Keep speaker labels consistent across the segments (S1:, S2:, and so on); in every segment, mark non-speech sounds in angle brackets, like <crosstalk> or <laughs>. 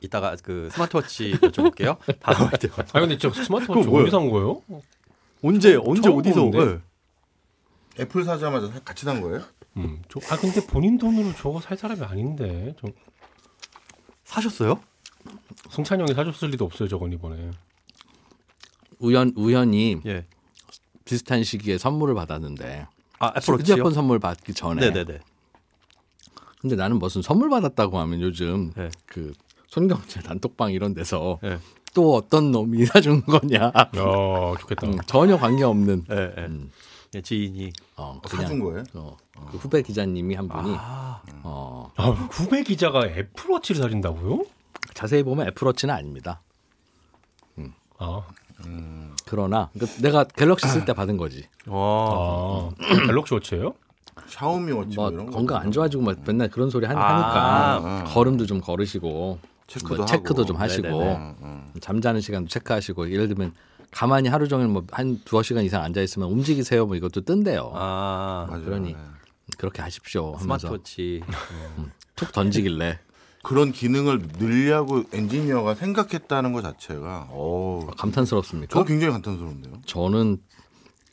S1: 이따가 그 스마트워치 <laughs> 여쭤볼게요. 다음 할때
S2: 아 근데 저 스마트워치
S1: 뭐예요? 음,
S2: 어디서 산 거예요?
S1: 언제 언제
S2: 처음
S1: 어디서
S2: 보는데?
S1: 예.
S3: 애플 사자마자 사- 같이 산 거예요?
S2: 음, 저, 아 근데 본인 돈으로 저거 살 사람이 아닌데 저
S1: 사셨어요?
S2: 승찬 형이 사줬을 리도 없어요 저건 이번에.
S4: 우연 우연히
S1: 예.
S4: 비슷한 시기에 선물을 받았는데
S1: 아 애플워치요?
S4: 휴대폰 선물 받기 전에
S1: 네네네.
S4: 근데 나는 무슨 선물 받았다고 하면 요즘
S1: 예.
S4: 그 손경제 <laughs> 단톡방 이런 데서
S1: 예.
S4: 또 어떤 놈이 <laughs> 사준 거냐
S2: 야 좋겠다.
S4: 음, 전혀 관계 없는
S1: 예, 예. 예, 지인이
S4: 어,
S3: 사준 거예요?
S4: 어, 그 후배 기자님이 한 분이
S1: 아,
S4: 어,
S2: 아, 후배 기자가 애플워치를 사준다고요?
S4: 자세히 보면 애플워치는 아닙니다.
S2: 아,
S4: 그러나 그러니까 내가 갤럭시 쓸 때 받은 거지.
S1: 와.
S2: 아 갤럭시 워치예요?
S3: 샤오미 워치
S4: 뭐
S3: 뭐 이런 거.
S4: 건강 안 좋아지고 막 맨날 그런 소리 하니-
S1: 아.
S4: 하니까 걸음도 좀 걸으시고
S3: 체크도
S4: 뭐 체크도
S3: 하고.
S4: 좀 하시고
S1: 네네네.
S3: 응, 응.
S4: 잠자는 시간도 체크하시고 예를 들면 가만히 하루 종일 뭐 한 두어 시간 이상 앉아 있으면 움직이세요 뭐 이것도 뜬대요.
S1: 아.
S3: 맞아요.
S4: 그러니.
S3: 네.
S4: 그렇게 하십시오 하면서
S1: 스마트워치.
S4: 툭 던지길래
S3: 그런 기능을 늘려고 엔지니어가 생각했다는 것 자체가 어.
S4: 뭐 감탄스럽습니까?
S3: 저 굉장히 감탄스러운데요.
S4: 저는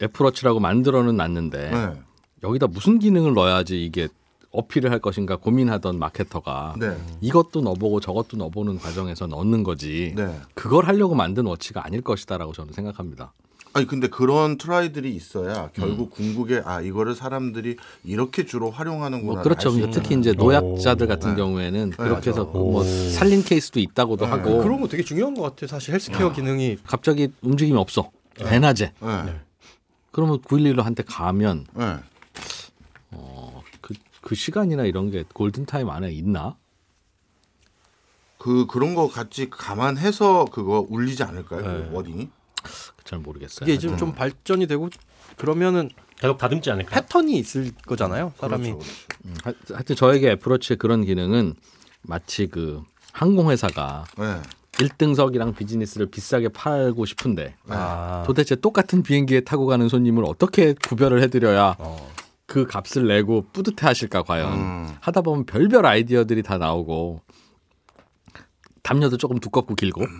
S4: 애플워치라고 만들어는 놨는데
S3: 네.
S4: 여기다 무슨 기능을 넣어야지 이게 어필을 할 것인가 고민하던 마케터가
S3: 네.
S4: 이것도 넣어보고 저것도 넣어보는 과정에서 넣는 거지
S3: 네.
S4: 그걸 하려고 만든 워치가 아닐 것이다라고 저는 생각합니다.
S3: 아니 근데 그런 트라이들이 있어야 결국
S4: 음.
S3: 궁극에 아 이거를 사람들이 이렇게 주로 활용하는구나.
S4: 뭐 그렇죠.
S3: 알수
S4: 근데
S3: 있는.
S4: 특히 이제 노약자들
S2: 오.
S4: 같은 경우에는 그렇게 해서
S3: 맞아.
S4: 뭐 살린 케이스도 있다고도
S2: 네,
S4: 하고
S1: 그런 거 되게 중요한 것 같아요. 사실 헬스케어 기능이
S4: 갑자기 움직임이 없어 대낮에
S3: 네.
S4: 그러면 911로 한테 가면
S3: 네.
S4: 그, 그 시간이나 이런 게 골든타임 안에 있나?
S3: 그 그런 거 같이 감안해서 그거 울리지 않을까요?
S4: 네.
S3: 그 워딩이?
S4: 잘 모르겠어요.
S1: 이게 지금 좀 발전이 되고 그러면은
S2: 계속 다듬지 않을까?
S1: 패턴이 있을 거잖아요. 사람이
S3: 그렇죠, 그렇죠.
S4: 음. 하- 하여튼 저에게 애플워치의 그런 기능은 마치 그 항공회사가
S3: 네.
S4: 1등석이랑 비즈니스를 비싸게 팔고 싶은데
S1: 아.
S4: 도대체 똑같은 비행기에 타고 가는 손님을 어떻게 구별을 해드려야
S2: 어.
S4: 그 값을 내고 뿌듯해 하실까 과연
S3: 음.
S4: 하다 보면 별별 아이디어들이 다 나오고 담요도 조금 두껍고 길고
S2: 음.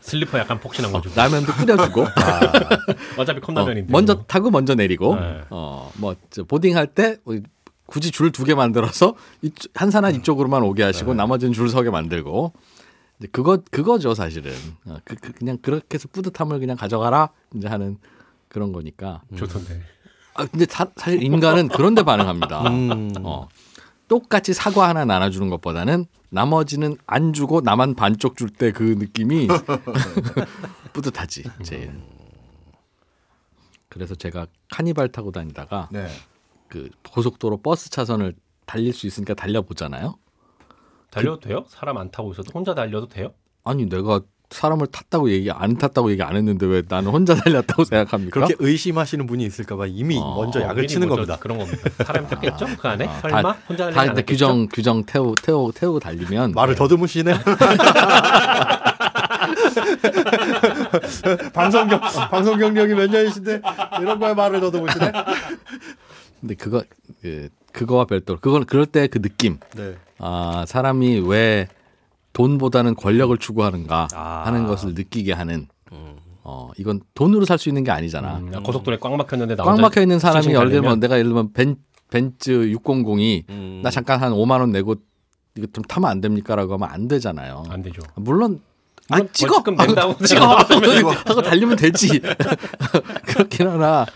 S2: 슬리퍼 약간 폭신한 거죠.
S1: 어,
S4: 라면도
S2: <laughs>
S4: 끓여주고
S2: 어차피
S4: 어,
S2: 컵라면인데.
S4: 먼저 타고 먼저 내리고
S2: 아, 네.
S4: 어뭐 보딩 할 때 굳이 줄 두 개 만들어서 이쪽- 한 사람
S2: 음.
S4: 이쪽으로만 오게
S2: 네.
S4: 하시고 나머지는 줄 서게 만들고 이제 그거 그거죠 사실은 어, 그, 냥 그렇게 해서 뿌듯함을 그냥 가져가라 이제 하는 그런 거니까
S2: 음, 좋던데.
S4: 아 근데 사, 실 인간은 그런데 반응합니다
S1: <laughs> 음.
S4: 어 똑같이 사과 하나 나눠주는 것보다는 나머지는 안 주고 나만 반쪽 줄 때 그 느낌이 <laughs> 뿌듯하지 제일. 그래서 제가 카니발 타고 다니다가
S3: 네.
S4: 그 고속도로 버스 차선을 달릴 수 있으니까 달려보잖아요.
S2: 달려도 돼요? 사람 안 타고 있어도 혼자 달려도 돼요?
S4: 아니 내가 사람을 탔다고 얘기 안 탔다고 얘기 안 했는데 왜 나는 혼자 <laughs> 달렸다고 생각합니까?
S1: 그렇게 의심하시는 분이 있을까봐 이미
S4: 어,
S1: 먼저
S2: 어,
S1: 약을
S2: 미리
S1: 치는
S2: 먼저
S1: 겁니다.
S2: 그런 겁니다. 사람 탔겠죠? 그 안에?
S4: 아,
S2: 설마?
S4: 다-
S2: 혼자 달리지
S4: 다 근데
S2: 않았겠죠?
S4: 규정 규정 태우 태우 태우고 달리면
S1: 말을 더듬으시네. 방송 경 방송 경력이 몇 년이신데 이런 거에 말을 더듬으시네.
S4: 근데 그거 예, 그거와 별도로 그건 그럴 때 그 느낌
S1: 네.
S4: 아, 사람이 왜 돈보다는 권력을 추구하는가
S1: 아.
S4: 하는 것을 느끼게 하는 어, 이건 돈으로 살 수 있는 게 아니잖아.
S2: 음, 야, 고속도로에 꽉 막혔는데 나
S4: 꽉
S2: 혼자
S4: 막혀 있는 사람이
S2: 칭칭
S4: 예를
S2: 달리면
S4: 들면 내가 예를 들면 벤, 벤츠 600이
S1: 음.
S4: 나 잠깐 한 5만 원 내고 이거 좀 타면 안 됩니까라고 하면 안 되잖아요.
S2: 안 되죠.
S4: 물론 아,
S2: 물론
S4: 찍어
S2: 벌칙금 낸다고
S4: 찍어
S2: <laughs>
S4: <laughs>
S3: 이거.
S4: 하고 달리면 되지. <laughs> 그렇긴 하나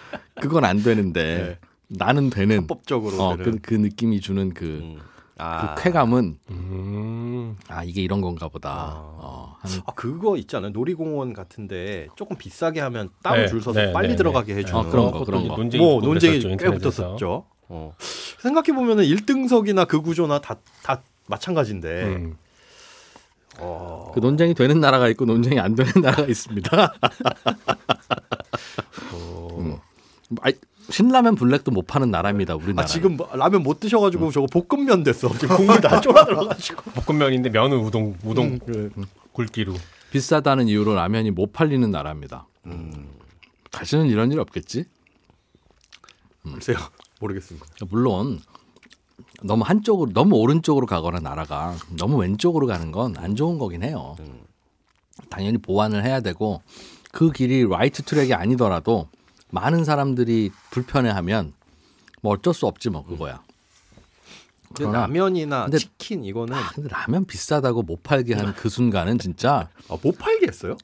S4: 그건 안
S2: 네.
S4: 되는데 나는 되는
S1: 합법적으로
S4: 어,
S1: 되는.
S4: 그, 그 느낌이 주는 그,
S1: 음.
S4: 그
S1: 아.
S4: 쾌감은
S2: 음.
S4: 아 이게 이런 건가 보다.
S1: 아.
S4: 어, 하는
S1: 아 그거 있잖아요 놀이공원 같은데 조금 비싸게 하면
S2: 네,
S1: 따로 줄 서서
S2: 네,
S1: 빨리
S2: 네,
S1: 들어가게
S2: 네.
S1: 해주는
S4: 아, 그런
S2: 그것도
S4: 거. 그런
S2: 이제
S4: 거.
S2: 논쟁이
S1: 뭐
S2: 있고
S1: 논쟁이
S2: 그랬었죠,
S1: 꽤
S2: 인터넷에서.
S1: 붙었었죠 어. 생각해 보면은 1등석이나 그 구조나 다, 다 마찬가지인데
S2: 음.
S1: 어.
S4: 그 논쟁이 되는 나라가 있고 논쟁이 안 되는 나라가 있습니다.
S1: 어.
S4: 음. 아이, 신라면 블랙도 못 파는 나라입니다. 우리나라.
S1: 아 지금 뭐- 라면 못 드셔가지고 저거 볶음면 됐어 지금 국물 다 <laughs> 쫄아들어가지고
S2: 볶음면인데 면은 우동 우동 굵기로.
S4: 비싸다는 이유로 라면이 못 팔리는 나라입니다.
S1: 음.
S4: 다시는 이런 일 없겠지?
S1: <laughs> 글쎄요 모르겠습니다
S4: 물론 너무 한쪽으로 너무 오른쪽으로 가거나 나라가 너무 왼쪽으로 가는 건 안 좋은 거긴 해요.
S2: 음.
S4: 당연히 보완을 해야 되고 그 길이 라이트 트랙이 아니더라도 많은 사람들이 불편해하면 뭐 어쩔 수 없지 뭐 그거야.
S2: 음.
S1: 근데
S4: 그러나-
S1: 라면이나
S4: 근데-
S1: 치킨 이거는
S4: 아, 근데 라면 비싸다고 못 팔게
S2: 음.
S4: 한 그 순간은 진짜
S1: 아, 못 팔게 했어요?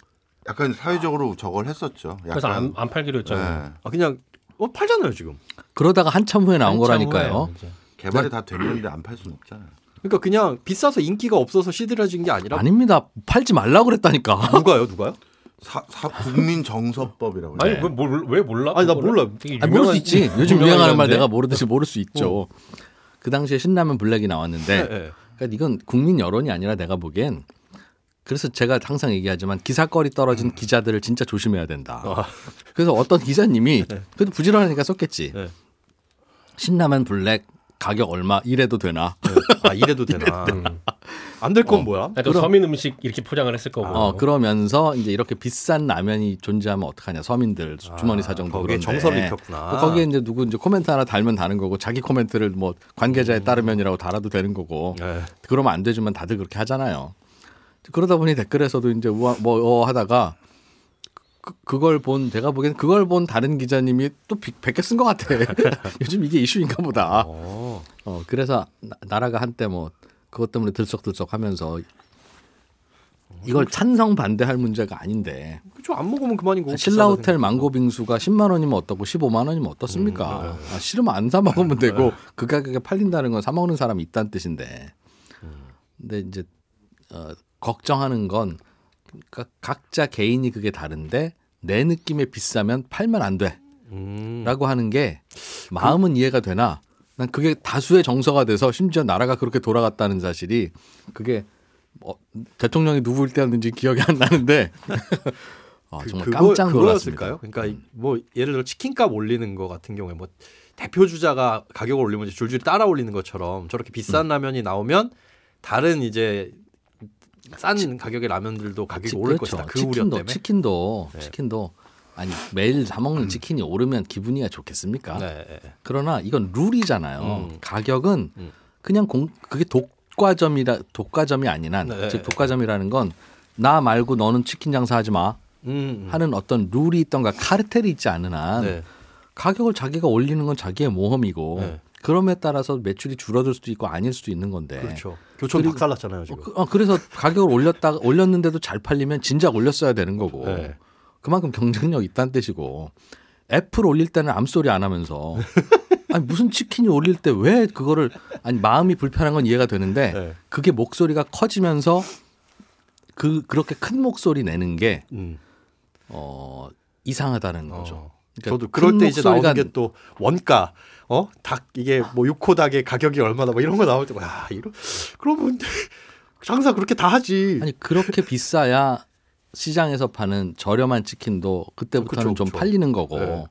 S3: 약간 사회적으로 저걸 했었죠. 약간
S2: 그래서 안, 안 팔기로 했잖아요.
S3: 네.
S1: 아, 그냥 어, 팔잖아요 지금.
S4: 그러다가 한참 후에 나온
S2: 한참
S4: 거라니까요.
S2: 후에 이제.
S3: 개발이 다 됐는데 안 팔 수는 없잖아요.
S1: 그러니까 그냥 비싸서 인기가 없어서 시들어진 게 아니라
S4: 아닙니다. 팔지 말라 고
S2: <laughs>
S4: 그랬다니까.
S1: 누가요, 누가요?
S3: 사, 사 국민 정서법이라고.
S2: 아니
S3: 해요.
S2: 왜, 몰- 왜 몰라?
S1: 아니, 나
S2: 그거를?
S1: 몰라.
S2: 되게
S4: 아니, 모를 수
S2: 유명한-
S4: 있지. 요즘
S2: 유명한
S4: 유행하는 말
S2: 건데.
S4: 내가 모르듯이 모를 수 있죠. 그 당시에 신라면 블랙이 나왔는데
S1: 네.
S4: 그러니까 이건 국민 여론이 아니라 내가 보기엔 그래서 제가 항상 얘기하지만 기사거리 떨어진 기자들을 진짜 조심해야 된다.
S1: 음. 아.
S4: <laughs> 그래서 어떤 기자님이 그래도 부지런하니까 썼겠지.
S1: 네.
S4: 신라면 블랙 가격 얼마 이래도 되나?
S1: 아 이래도 되나? 음. 안 될 건 뭐야?
S2: 아니, 또 서민 음식 이렇게 포장을 했을
S1: 아.
S2: 거고.
S4: 어 그러면서 이제 이렇게 비싼 라면이 존재하면 어떡하냐 서민들 주머니 사정도
S1: 아, 거기에
S4: 그런데.
S1: 정서를 입혔구나.
S4: 또 거기에 이제 누구 이제 코멘트 하나 달면 다는 거고 자기 코멘트를 뭐 관계자에
S1: 음.
S4: 따르면이라고 달아도 되는 거고
S1: 네.
S4: 그러면 안 되지만 다들 그렇게 하잖아요. 그러다 보니 댓글에서도 이제 우와 뭐 어, 하다가 그, 그걸 본 제가 보기엔 그걸 본 다른 기자님이 또 비- 베껴 쓴 것 같아. <laughs> 요즘 이게 이슈인가 보다.
S1: 어.
S4: 어 그래서 나, 나라가 한때 뭐 그것 때문에 들썩들썩하면서 이걸 찬성 반대할 문제가 아닌데
S1: 좀안 먹으면 그만인 거고.
S4: 신라
S1: 비싸다
S4: 호텔
S1: 생각해서.
S4: 망고 빙수가 10만 원이면 어떻고 15만
S1: 음,
S4: 원이면 어떻습니까?
S1: 네.
S4: 아, 싫으면 안 사 먹으면 되고 그 가격에 팔린다는 건 사 먹는 사람이 있다는 뜻인데. 근데 이제 어, 걱정하는 건 그러니까 각자 개인이 그게 다른데 내 느낌에 비싸면 팔면 안 돼라고
S1: 음.
S4: 하는 게 마음은 이해가 되나 난 그게 다수의 정서가 돼서 심지어 나라가 그렇게 돌아갔다는 사실이 그게 뭐 대통령이 누구일 때였는지 기억이 안
S1: <laughs>
S4: 나는데 아, 정말 깜짝 놀랐습니다.
S1: 그, 그거였을까요? 그러니까 이- 뭐 예를 들어 치킨값 올리는 거 같은 경우에 뭐 대표 주자가 가격을 올리면 이제 줄줄이 따라 올리는 것처럼 저렇게 비싼
S4: 음.
S1: 라면이 나오면 다른 이제 싼 가격의 라면들도 가격이
S4: 치-
S1: 오를
S4: 그렇죠.
S1: 것이다. 그 우려
S4: 치킨도
S1: 때문에. 네. 음.
S4: 치킨도 치킨도 아니 매일 사 먹는 치킨이 오르면 기분이야 좋겠습니까?
S1: 네, 네.
S4: 그러나 이건 룰이잖아요.
S1: 음.
S4: 가격은
S1: 음.
S4: 그냥 공 그게 독과점이라 독과점이 아닌 한,
S1: 네.
S4: 즉 독과점이라는 건 나 말고 너는 치킨 장사하지 마
S1: 음, 음.
S4: 하는 어떤 룰이 있던가 카르텔이 있지 않은 한
S1: 네.
S4: 가격을 자기가 올리는 건 자기의 모험이고
S1: 네.
S4: 그럼에 따라서 매출이 줄어들 수도 있고 아닐 수도 있는 건데
S1: 그렇죠. 교촌 박살났잖아요
S4: 어,
S1: 지금.
S4: 그, 래서 가격을 올렸다 올렸는데도 잘 팔리면 진작 올렸어야 되는 거고
S1: 네.
S4: 그만큼 경쟁력 이 있다는 뜻이고 애플 올릴 때는 암소리
S1: <laughs>
S4: 안 하면서 아니 무슨 치킨이 올릴 때 왜 그거를 아니 마음이 불편한 건 이해가 되는데
S1: 네.
S4: 그게 목소리가 커지면서 그 그렇게 큰 목소리 내는 게
S1: 음.
S4: 어, 이상하다는 거죠.
S1: 어.
S4: 그러니까
S1: 저도 그럴
S4: 큰
S1: 때 이제
S4: 목소리가
S1: 나오는 게 또 원가 어 닭 이게 뭐 육호 닭의 가격이 얼마나 뭐 이런 거 나올 때야 이런 그러면 <laughs> 장사 그렇게 다 하지
S4: 아니 그렇게 비싸야 시장에서 파는 저렴한 치킨도 그때부터는
S1: 그쵸,
S4: 좀
S1: 그쵸.
S4: 팔리는 거고
S1: 네.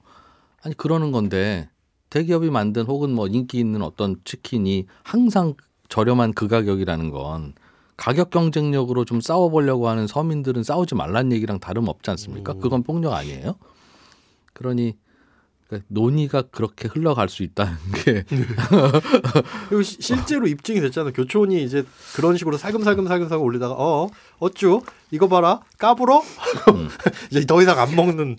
S4: 아니 그러는 건데 대기업이 만든 혹은 뭐 인기 있는 어떤 치킨이 항상 저렴한 그 가격이라는 건 가격 경쟁력으로 좀 싸워보려고 하는 서민들은 싸우지 말란 얘기랑 다름없지 않습니까?
S1: 음.
S4: 그건 폭력 아니에요? 그러니 그러니까 논의가 그렇게 흘러갈 수 있다는
S1: <laughs>
S4: 게
S1: 그리고 시- 실제로 입증이 됐잖아요. 교촌이 이제 그런 식으로 살금살금 살금살금 올리다가 어 어쭈 이거 봐라 까불어
S4: 음.
S1: <laughs> 이제 더 이상 안 먹는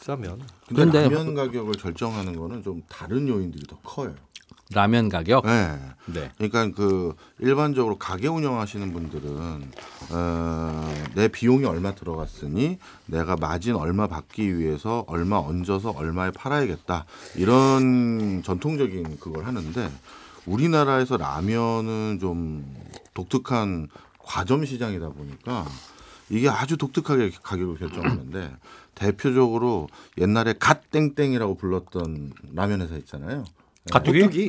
S1: 비싸면
S3: 근데
S4: 근데-
S3: 라면 가격을 결정하는 거는 좀 다른 요인들이 더 커요.
S4: 라면 가격
S3: 네.
S4: 네.
S3: 그러니까 그 일반적으로 가게 운영하시는 분들은 어, 내 비용이 얼마 들어갔으니 내가 마진 얼마 받기 위해서 얼마 얹어서 얼마에 팔아야겠다 이런 전통적인 그걸 하는데 우리나라에서 라면은 좀 독특한 과점 시장이다 보니까 이게 아주 독특하게 가격을 결정하는데 <clears throat> 대표적으로 옛날에 갓 땡땡이라고 불렀던 라면 회사 있잖아요.
S2: 가뚜기?
S4: <laughs>
S1: 가뚜기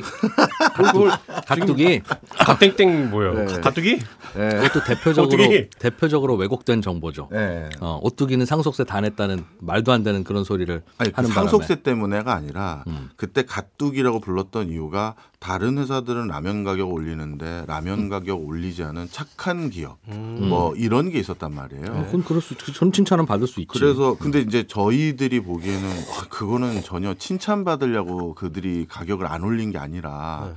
S1: 그걸
S4: 가뜩이
S2: 갓땡땡 뭐예요?
S3: 네.
S2: 가뚜기?
S3: 예.
S4: 그것도 대표적으로
S2: 오뚜기.
S4: 대표적으로 왜곡된 정보죠.
S3: 예.
S4: 어, 오뚜기는 상속세 다 냈다는 말도 안 되는 그런 소리를
S3: 아니 그
S4: 하는 음.
S3: 상속세 때문에가 아니라 그때 가뚜기라고 불렀던 이유가 다른 회사들은 라면 가격 올리는데 라면
S4: 음.
S3: 가격 올리지 않은 착한 기업
S1: 음.
S3: 뭐 이런 게 있었단 말이에요.
S4: 바람에. 어, 그건 그럴 수, 전 칭찬은 받을 수 있지.
S3: 그래서 근데 이제 저희들이 보기에는 아, 와, 그거는 전혀 칭찬받으려고 그들이 가격을 안 올린 게 아니라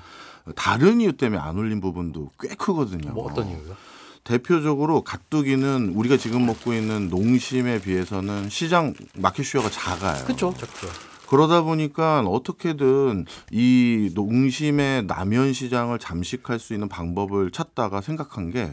S4: 네.
S3: 다른 이유 때문에 안 올린 부분도 꽤 크거든요.
S1: 뭐 어떤 이유요?
S3: 대표적으로 가뚜기는 우리가 지금 먹고 있는 농심에 비해서는 시장 마켓슈어가 작아요.
S1: 그렇죠. 작죠.
S3: 그러다 보니까 어떻게든 이 농심의 라면 시장을 잠식할 수 있는 방법을 찾다가 생각한 게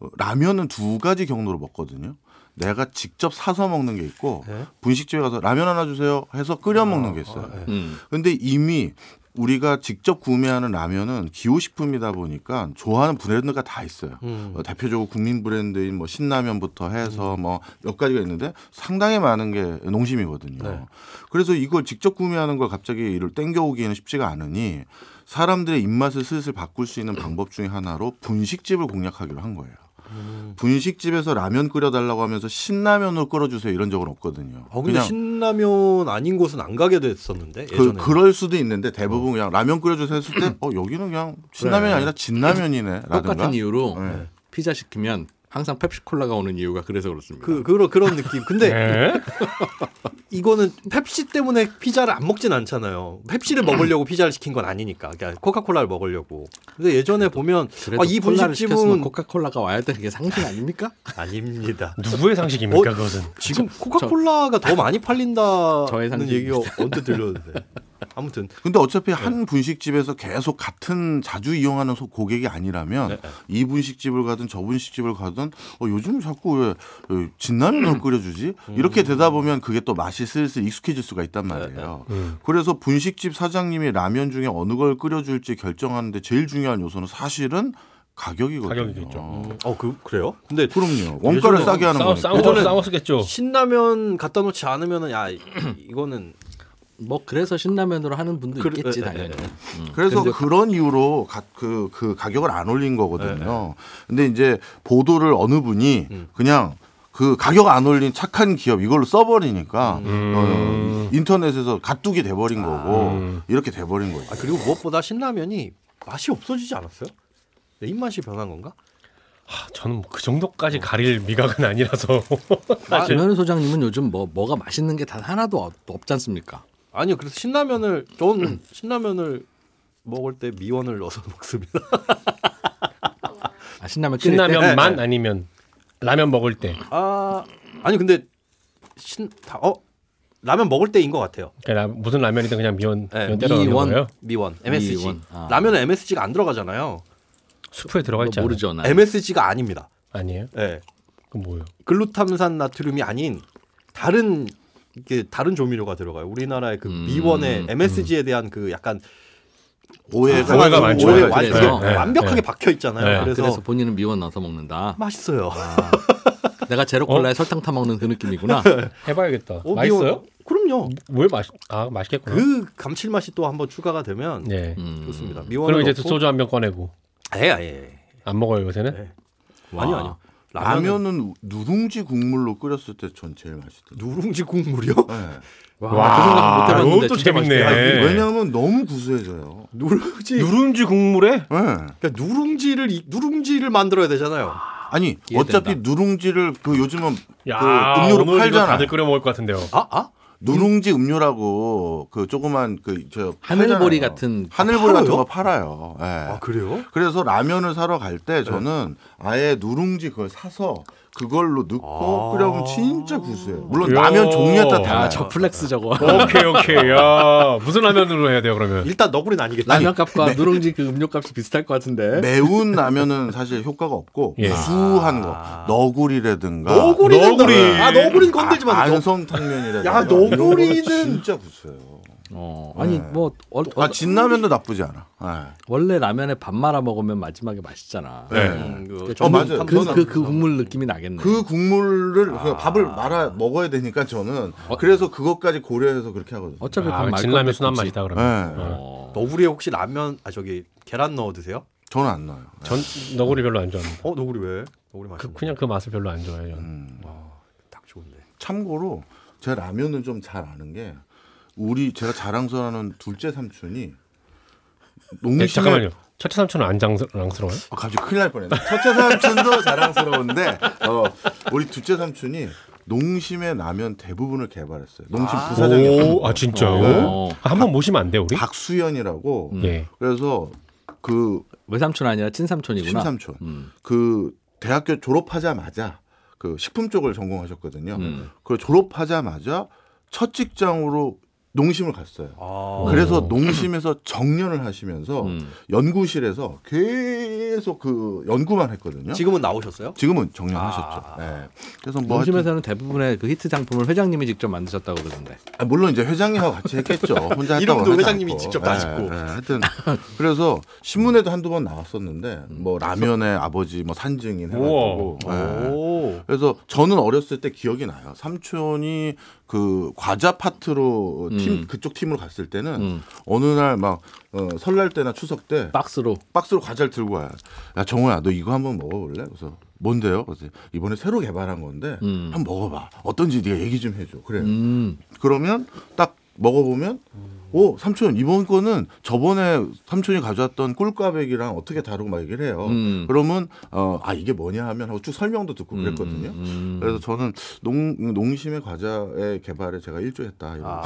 S3: 어, 라면은 두 가지 경로로 먹거든요. 내가 직접 사서 먹는 게 있고
S1: 네.
S3: 분식집에 가서 라면 하나 주세요 해서 끓여 먹는 게 있어요.
S1: 네.
S4: 음.
S3: 근데 이미 우리가 직접 구매하는 라면은 기호식품이다 보니까 좋아하는 브랜드가 다 있어요.
S1: 음.
S3: 어, 대표적으로 국민 브랜드인 뭐 신라면부터 해서 뭐 몇 가지가 있는데 상당히 많은 게 농심이거든요.
S1: 네.
S3: 그래서 이걸 직접 구매하는 걸 갑자기 이를 땡겨오기에는 쉽지가 않으니 사람들의 입맛을 슬슬 바꿀 수 있는 방법 중에 하나로 분식집을 공략하기로 한 거예요.
S1: 음.
S3: 분식집에서 라면 끓여달라고 하면서 신라면으로 끓여주세요 이런 적은 없거든요.
S1: 어 근데 신라면 아닌 곳은 안 가게 됐었는데
S3: 그,
S1: 예전에.
S3: 그럴 수도 있는데 대부분 그냥 라면 끓여줘서 했을 때 어 여기는 그냥 신라면이
S4: 그래.
S3: 아니라 진라면이네 라든가
S4: 똑같은 이유로
S3: 네.
S4: 피자 시키면 항상 펩시콜라가 오는 이유가 그래서 그렇습니다.
S1: 그 그런 그런 느낌. 근데
S2: 네.
S1: 이거는 펩시 때문에 피자를 안 먹진 않잖아요. 펩시를 먹으려고 피자를 시킨 건 아니니까. 그러니까 코카콜라를 먹으려고. 근데 예전에 보면
S4: 그래도
S1: 아, 이
S4: 콜라를 시켰으면
S1: 분식집은
S4: 코카콜라가 와야 되는 게 상식 아닙니까?
S1: 아닙니다.
S2: 누구의 상식입니까
S1: 어?
S2: 그것은?
S1: 지금 코카콜라가 더 많이
S4: 저의
S1: 팔린다는
S4: 상식입니다.
S1: 얘기가 언뜻 들렸는데. 아무튼
S3: 근데 어차피 한 분식집에서 계속 같은 자주 이용하는 소- 고객이 아니라면 이 분식집을 가든 저 분식집을 가든 어, 요즘 자꾸 왜 어, 진라면을 끓여주지 이렇게 되다 보면 그게 또 맛이 슬슬 익숙해질 수가 있단 말이에요. 그래서 분식집 사장님이 라면 중에 어느 걸 끓여줄지 결정하는데 제일 중요한 요소는 사실은 가격이거든요.
S2: 가격이겠죠.
S1: 어 그 그래요? 근데
S3: 그럼요. 원가를
S1: 예전에
S3: 싸게 하는
S2: 싸워
S3: 거니까. 네,
S2: 싸워
S1: 예전에-
S2: 싸웠겠죠.
S1: 신라면 갖다 놓지 않으면은 야 이- 이거는
S4: 뭐 그래서 신라면으로 하는 분도
S1: 그래-
S4: 있겠지
S1: 에, 에,
S4: 당연히.
S1: 에.
S4: 음.
S3: 그래서
S4: 근데
S3: 그런 이유로 가- 그, 그 가격을 안 올린 거거든요. 근데 이제 보도를 어느 분이 그냥 그 가격 안 올린 착한 기업 이걸로 써버리니까 어, 인터넷에서 가뚝이 돼버린 거고 이렇게 돼버린 거죠.
S1: 아 그리고 무엇보다 신라면이 맛이 없어지지 않았어요? 내 입맛이 변한 건가?
S2: 아, 저는 그 정도까지 가릴 미각은
S4: <laughs>
S2: 아니라서 사실
S4: 김현우 소장님은 요즘 뭐 뭐가 맛있는 게 단 하나도 없, 없지 않습니까?
S1: 아니요. 그래서 신라면을 저는 신라면을 먹을 때 미원을 넣어서 <laughs> 먹습니다.
S4: 아, 신라면 끓일 때
S2: 신라면만 아니면 라면 먹을 때
S1: 아 아니 근데 신다어 라면 먹을 때인 것 같아요.
S2: 그러니까 라- 무슨 라면이든 그냥 미원
S1: 네,
S2: 미원 때려 넣는
S4: 미원.
S2: 거예요.
S1: 미원 MSG
S4: 미원, 아.
S1: 라면은 MSG가 안 들어가잖아요.
S2: 수프에 들어가 있지
S4: 뭐
S2: 않아요?
S4: 모르죠 나.
S1: MSG가 아닙니다.
S2: 아니에요?
S1: 예.
S2: 그 뭐예요?
S1: 글루탐산 나트륨이 아닌 다른 이게 다른 조미료가 들어가요. 우리나라의 그
S4: 음,
S1: 미원의 MSG에 대한 그 약간
S3: 오해가,
S2: 오해가 많죠.
S1: 오해
S4: 그래서.
S1: 완-
S4: 그래서.
S1: 네, 완벽하게
S2: 네.
S1: 박혀 있잖아요.
S2: 네. 아,
S1: 그래서,
S4: 그래서 본인은 미원 넣어서 먹는다.
S1: 맛있어요.
S4: 내가 제로 콜라에 설탕 타 먹는 그 느낌이구나.
S2: 해봐야겠다.
S1: 오,
S2: 맛있어요?
S1: 미원. 그럼요.
S2: 왜 맛? 아 맛있겠구나.
S1: 그 감칠맛이 또 한번 추가가 되면
S2: 예.
S4: 음.
S1: 좋습니다.
S2: 그럼
S1: 미원을
S2: 이제
S1: 넣고
S2: 소주 한 병 꺼내고
S1: 예, 예.
S2: 안 먹어요 요새는.
S4: 네.
S1: 예.
S4: 와.
S1: 아니요, 아니요. 라면은
S3: 라면은 누룽지 국물로 끓였을 때 전 제일 맛있던데.
S1: 누룽지 국물이요? <laughs>
S3: 네.
S4: 와, 그 생각 못 해봤는데
S2: 이것도
S4: 진짜
S2: 재밌네.
S4: 맛있다.
S2: 네.
S3: 왜냐하면 너무 구수해져요.
S1: 누룽지
S2: 누룽지 국물에
S3: 네.
S1: 그러니까 누룽지를 이- 누룽지를 만들어야 되잖아요.
S3: 아니
S4: 이해된다.
S3: 어차피 누룽지를 그 요즘은
S2: 야
S3: 그 음료로
S2: 오늘 이거
S3: 팔잖아.
S2: 다들 끓여 먹을 것 같은데요.
S1: 아, 아?
S3: 누룽지 음료라고 그 조그만 그저
S4: 하늘보리 같은
S3: 하늘보리 같은
S1: 팔아요?
S3: 거 팔아요. 예.
S1: 아, 그래요?
S3: 그래서 라면을 사러 갈 때 저는 아예 누룽지 그걸 사서 그걸로 넣고
S1: 아.
S3: 끓여보면 진짜 구수해요. 물론
S2: 이야.
S3: 라면 종류에 따라 달라요.
S4: 야, 저 플렉스 저거.
S2: 오케이 오케이. 야 무슨 라면으로 해야 돼요
S4: 네.
S2: 그러면?
S1: 일단 너구리는 아니겠지.
S4: 라면 값과 누룽지 그 음료 값이 비슷할 것
S3: 네.
S4: 같은데.
S3: 매운 라면은 사실 효과가 없고
S2: 예.
S3: 구수한 거 너구리라든가
S1: 아,
S3: 네.
S1: 너구리는
S2: 너구리.
S1: 너- 아, 너구리는 건들지 마. 너-
S3: 안성탕면이라든가
S1: 야,
S3: 이런 거는
S1: 너구리는-
S3: 진짜 구수해요.
S4: 어, 아니
S3: 네.
S4: 뭐 얼- 얼-
S3: 아 진라면도 나쁘지 않아. 예.
S4: 원래 라면에 밥 말아 먹으면 마지막에 맛있잖아.
S2: 네.
S3: 예.
S1: 음, 그
S4: 전-
S3: 어, 맞아요.
S4: 그, 그, 그
S1: 탐선함.
S4: 국물 느낌이 나겠네.
S3: 그 국물을 그냥 밥을 말아 먹어야 되니까 저는 그래서 그것까지 고려해서 그렇게 하거든요.
S4: 어차피
S2: 아,
S4: 밥말
S2: 진라면
S4: 건데
S2: 순한
S4: 굳이.
S2: 맛이다 그러면.
S3: 예.
S4: 어.
S1: 너구리에 혹시 라면 아 저기 계란 넣어 드세요?
S3: 저는 안 넣어요.
S2: 전 너구리 별로 안 좋아합니다.
S1: 어 너구리 왜? 너구리
S2: 그,
S1: 맛있는
S2: 그냥 그 맛을 별로 안 좋아해요. 저는.
S3: 음.
S1: 딱 좋은데.
S3: 참고로 제 라면은 좀 잘 아는 게 우리 제가 자랑스러워하는 둘째 삼촌이
S2: 네,
S3: 농심에
S2: 잠깐만요. 첫째 삼촌은 안 장랑스러워요?
S3: 아, 갑자기 큰일 날 뻔했네. 첫째 삼촌도 <laughs> 자랑스러운데 어, 우리 둘째 삼촌이 농심의 라면 대부분을 개발했어요. 어, 농심 아,
S4: 아.
S3: 부사장이
S2: 오, 아 진짜요?
S4: 네.
S2: 아, 한번 모시면 안 돼요 우리?
S4: 음.
S3: 박수연이라고
S2: 예.
S3: 그래서 그
S4: 외삼촌 아니라 친삼촌이구나.
S3: 신삼촌
S4: 음.
S3: 그 대학교 졸업하자마자 그 식품 쪽을 전공하셨거든요.
S4: 음.
S3: 그 졸업하자마자 첫 직장으로 농심을 갔어요.
S1: 아.
S3: 그래서 농심에서 정년을 하시면서
S4: 음.
S3: 연구실에서 계속 그 연구만 했거든요.
S1: 지금은 나오셨어요?
S3: 지금은
S1: 아.
S3: 정년하셨죠. 예. 그래서 뭐 하여튼,
S4: 농심에서는 대부분의 그 히트 상품을 회장님이 직접 만드셨다고 그러던데.
S3: 아, 물론 이제 회장님하고 같이
S1: <laughs>
S3: 했겠죠. 혼자 했다고
S1: 이름도
S3: 하지
S1: 회장님이
S3: 않고.
S1: 직접 다
S3: 예,
S1: 짓고.
S3: 예. 하여튼 그래서 신문에도 한두 번 나왔었는데
S1: 음.
S3: 뭐 라면의 아버지 뭐 산증인 해가지고.
S1: 네.
S3: 예.
S1: 오.
S3: 그래서 저는 어렸을 때 기억이 나요. 삼촌이 그 과자 파트로 팀
S4: 음.
S3: 그쪽 팀으로 갔을 때는
S4: 음.
S3: 어느 날 막 설날 때나 추석 때
S4: 박스로.
S3: 박스로 과자를 들고 와요. 야 정호야 너 이거 한번 먹어볼래? 그래서 뭔데요? 그래서 이번에 새로 개발한 건데
S4: 음.
S3: 한번 먹어봐. 어떤지 네가 얘기 좀 해줘. 그래.
S4: 음.
S3: 그러면 딱 먹어보면 오 삼촌 이번 거는 저번에 삼촌이 가져왔던 꿀꽈배기랑 어떻게 다르고 막 얘기를 해요.
S4: 음.
S3: 그러면 어, 아 이게 뭐냐 하면 하고 쭉 설명도 듣고 그랬거든요.
S4: 음.
S3: 그래서 저는 농 농심의 과자의 개발에 제가 일조했다. 이런.
S1: 아.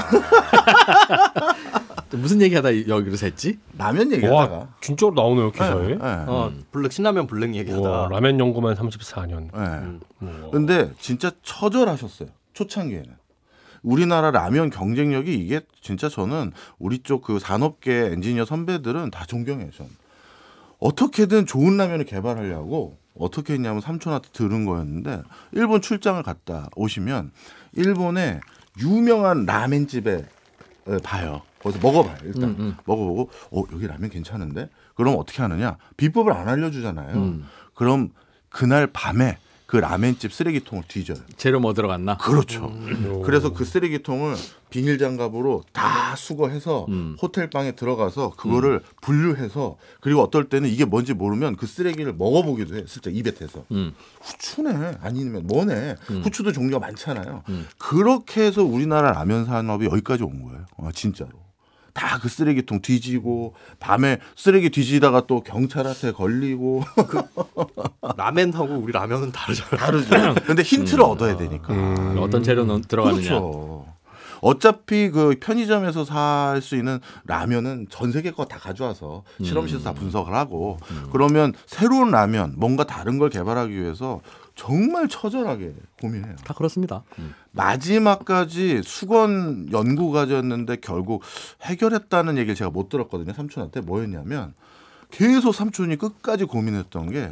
S4: 무슨 얘기하다 여기로 샜지?
S3: <laughs> 라면
S2: 와
S3: 얘기하다가.
S2: 진짜로 나오네요 뭐, 기사에.
S3: 네, 네.
S1: 어, 블랙 신라면 블랙
S2: 와
S1: 얘기하다.
S2: 라면 연구만 34년.
S3: 네.
S2: 음.
S3: 근데 진짜 처절하셨어요. 초창기에는. 우리나라 라면 경쟁력이 이게 진짜 저는 우리 쪽 그 산업계 엔지니어 선배들은 다 존경해요. 저는. 어떻게든 좋은 라면을 개발하려고 어떻게 했냐면 삼촌한테 들은 거였는데 일본 출장을 갔다 오시면 일본의 유명한 라멘집에 예, 봐요. 거기서 먹어봐요. 일단 먹어보고 어 여기 라면 괜찮은데 그럼 어떻게 하느냐 비법을 안 알려주잖아요. 그럼 그날 밤에 그 라멘집 쓰레기통을 뒤져요.
S4: 재료 뭐 들어갔나?
S3: 그렇죠. 그래서 그 쓰레기통을 비닐 장갑으로 다 수거해서 호텔 방에 들어가서 그거를 분류해서 그리고 어떨 때는 이게 뭔지 모르면 그 쓰레기를 먹어보기도 해. 슬쩍 입에 대서
S4: 음.
S3: 후추네 아니면 뭐네 후추도 종류가 많잖아요. 그렇게 해서 우리나라 라면 산업이 여기까지 온 거예요. 아, 진짜로. 다 그 쓰레기통 뒤지고 밤에 쓰레기 뒤지다가 또 경찰한테 걸리고 <laughs>
S1: 라멘하고 우리 라면은 다르잖아.
S3: 다르죠. 근데 힌트를 얻어야 되니까.
S4: <laughs> 어떤 재료 넣, 들어가느냐?
S3: 그렇죠. 어차피 그 편의점에서 살 수 있는 라면은 전 세계 거 다 가져와서 실험실에서
S4: 음.
S3: 다 분석을 하고 그러면 새로운 라면 뭔가 다른 걸 개발하기 위해서 정말 처절하게 고민해요.
S4: 다 그렇습니다. 음.
S3: 마지막까지 수건 연구 과제였는데 결국 해결했다는 얘기를 제가 못 들었거든요. 삼촌한테 뭐였냐면 계속 삼촌이 끝까지 고민했던 게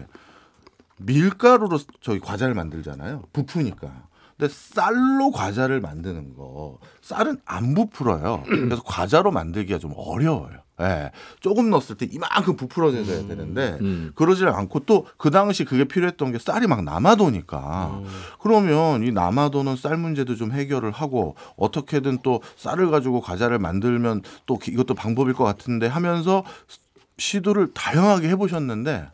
S3: 밀가루로 저희 과자를 만들잖아요. 부푸니까. 근데 쌀로 과자를 만드는 거 쌀은 안 부풀어요. 그래서 과자로 만들기가 좀 어려워요. 예. 조금 넣었을 때 이만큼 부풀어져야 되는데
S4: 음.
S3: 그러질 않고 또 그 당시 그게 필요했던 게 쌀이 막 남아도니까 그러면 이 남아도는 쌀 문제도 좀 해결을 하고 어떻게든 또 쌀을 가지고 과자를 만들면 또 기- 이것도 방법일 것 같은데 하면서 시도를 다양하게 해보셨는데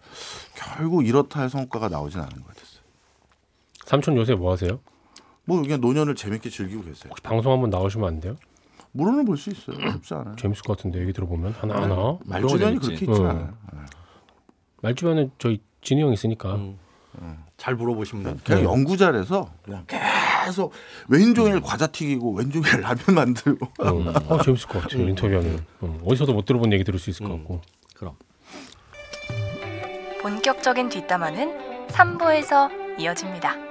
S3: 결국 이렇다 할 성과가 나오진 않은 것 같았어요.
S2: 삼촌 요새 뭐 하세요?
S3: 뭐 그냥 노년을 재밌게 즐기고 계세요.
S2: 혹시 방송 한번 나오시면 안 돼요?
S3: 물론을 볼 수 있어요. 쉽지 않아요.
S2: 재밌을 것 같은데 얘기 들어보면 하나 하나.
S3: 말주변이
S4: 재밌지.
S3: 그렇게 있지
S2: 어.
S3: 않아요.
S2: 말 주변에 저희 진이 형 있으니까.
S1: 음. 잘 물어보시면 돼.
S3: 그냥 연구 잘해서 그냥 계속 왼종일 과자 튀기고 왼종일 라면 만들고
S2: 음. 어, 재밌을 것 같아요 인터뷰하면. 음. 어디서도 못 들어본 얘기 들을 수 있을 것
S1: 음.
S2: 같고.
S4: 그럼
S5: 본격적인 뒷담화는 3부에서 이어집니다.